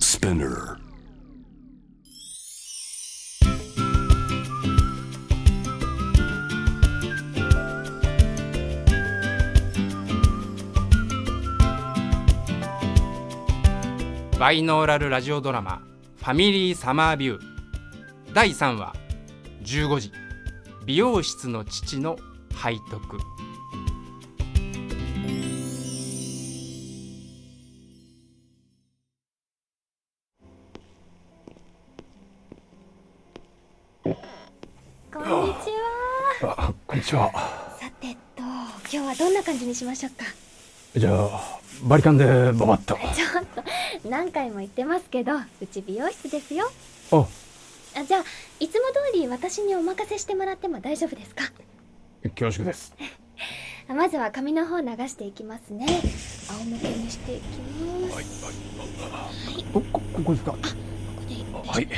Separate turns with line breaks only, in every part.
Spinner.
バイノーラルラジオドラマ「ファミリーサマービュー」第3話15時美容室の父の背徳
こんにちは。
あこんにちは
さてと、今日はどんな感じにしましょうか。
じゃあバリカンでババッと
ちょっと、何回も言ってますけど、うち美容室ですよ。
あ
あじゃあ、いつも通り私にお任せしてもらっても大丈夫ですか。
恐縮 です
まずは髪の方流していきますね。仰向けにしていきます。はい、
ここここですか
ここで、はい、ありがとうご
はい
ざいま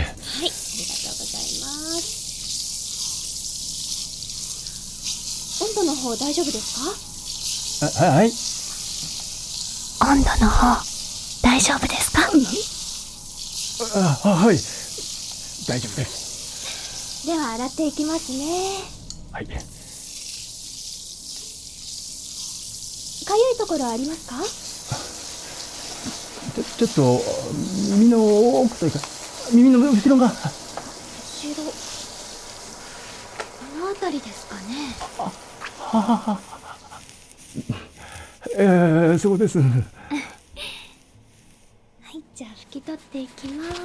す。温度の方大丈夫ですか。
あはいはい
温度の方大丈夫ですか
ああはい大丈夫です
では洗っていきますね
はい
かゆいところありますか
ちょちょっと耳の奥というか耳の後ろが
後ろこの辺りですかね
えー、そうです
はいじゃあ拭き取っていきます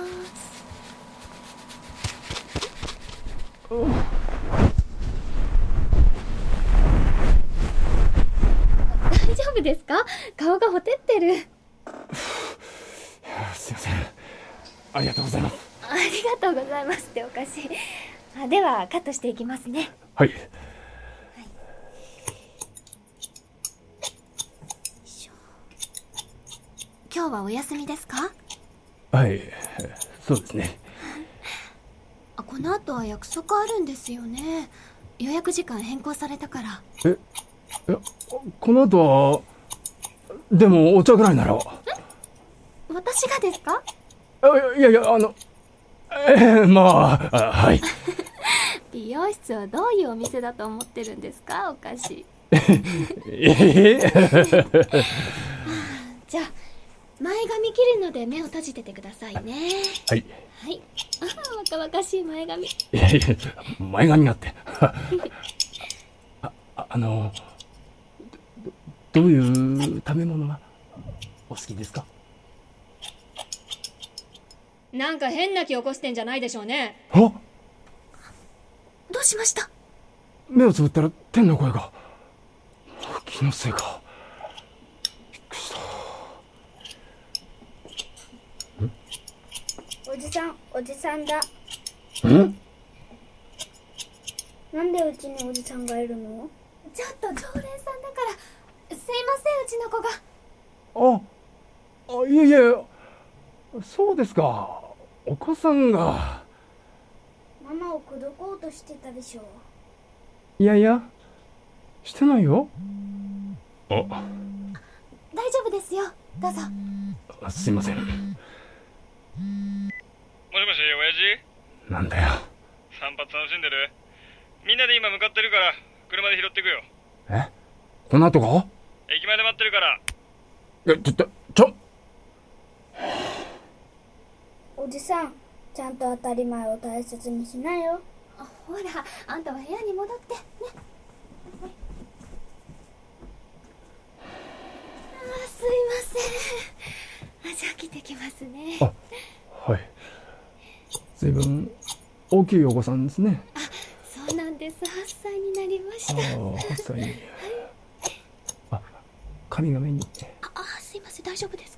大丈夫ですか顔がほてってる
あすいませんありがとうございます
ありがとうございますっておかしいあではカットしていきますね
はい
今日はお休みですか
はいそうですね
あこの後は約束あるんですよね予約時間変更されたから
ええこの後はでもお茶ぐらいなら
私がですか
あいやいやあのえー、まああはい
美容室はどういうお店だと思ってるんですかお菓子
え
じゃあ前髪切るので目を閉じててくださいね
はい。
はいあー若々しい前髪
いやいや、前髪があって。あ、あの、ど、どういう食べ物がお好きですか
なんか変な気起こしてんじゃないでしょうね。
あ
どうしました
目をつぶったら天の声が。気のせいか。
おじさんおじさんだ
ん
なんでうちにおじさんがいるの
ちょっと常連さんだからすいませんうちの子が
あ、あ、いえいえ、そうですか。お子さんが。
ママを口説こうとしてたでしょ
いやいや、してないよ。あ、
大丈夫ですよどうぞ
すいません。
もしもし、親父
なんだよ。
散髪楽しんでるみんなで今向かってるから、車で拾ってくよ。
えこの後が
駅前で待ってるから。
え、ちょ、ちょ、ちょ、
おじさんちゃんと当たり前を大切にしなよ
あほらあんたは部屋に戻ってねあーすいませんあじゃあ来てきますね
あはい。随分大きいお子さんですね。
そうなんです8歳になりました
ああ、細い。あ、髪が目に。
ああすいません大丈夫です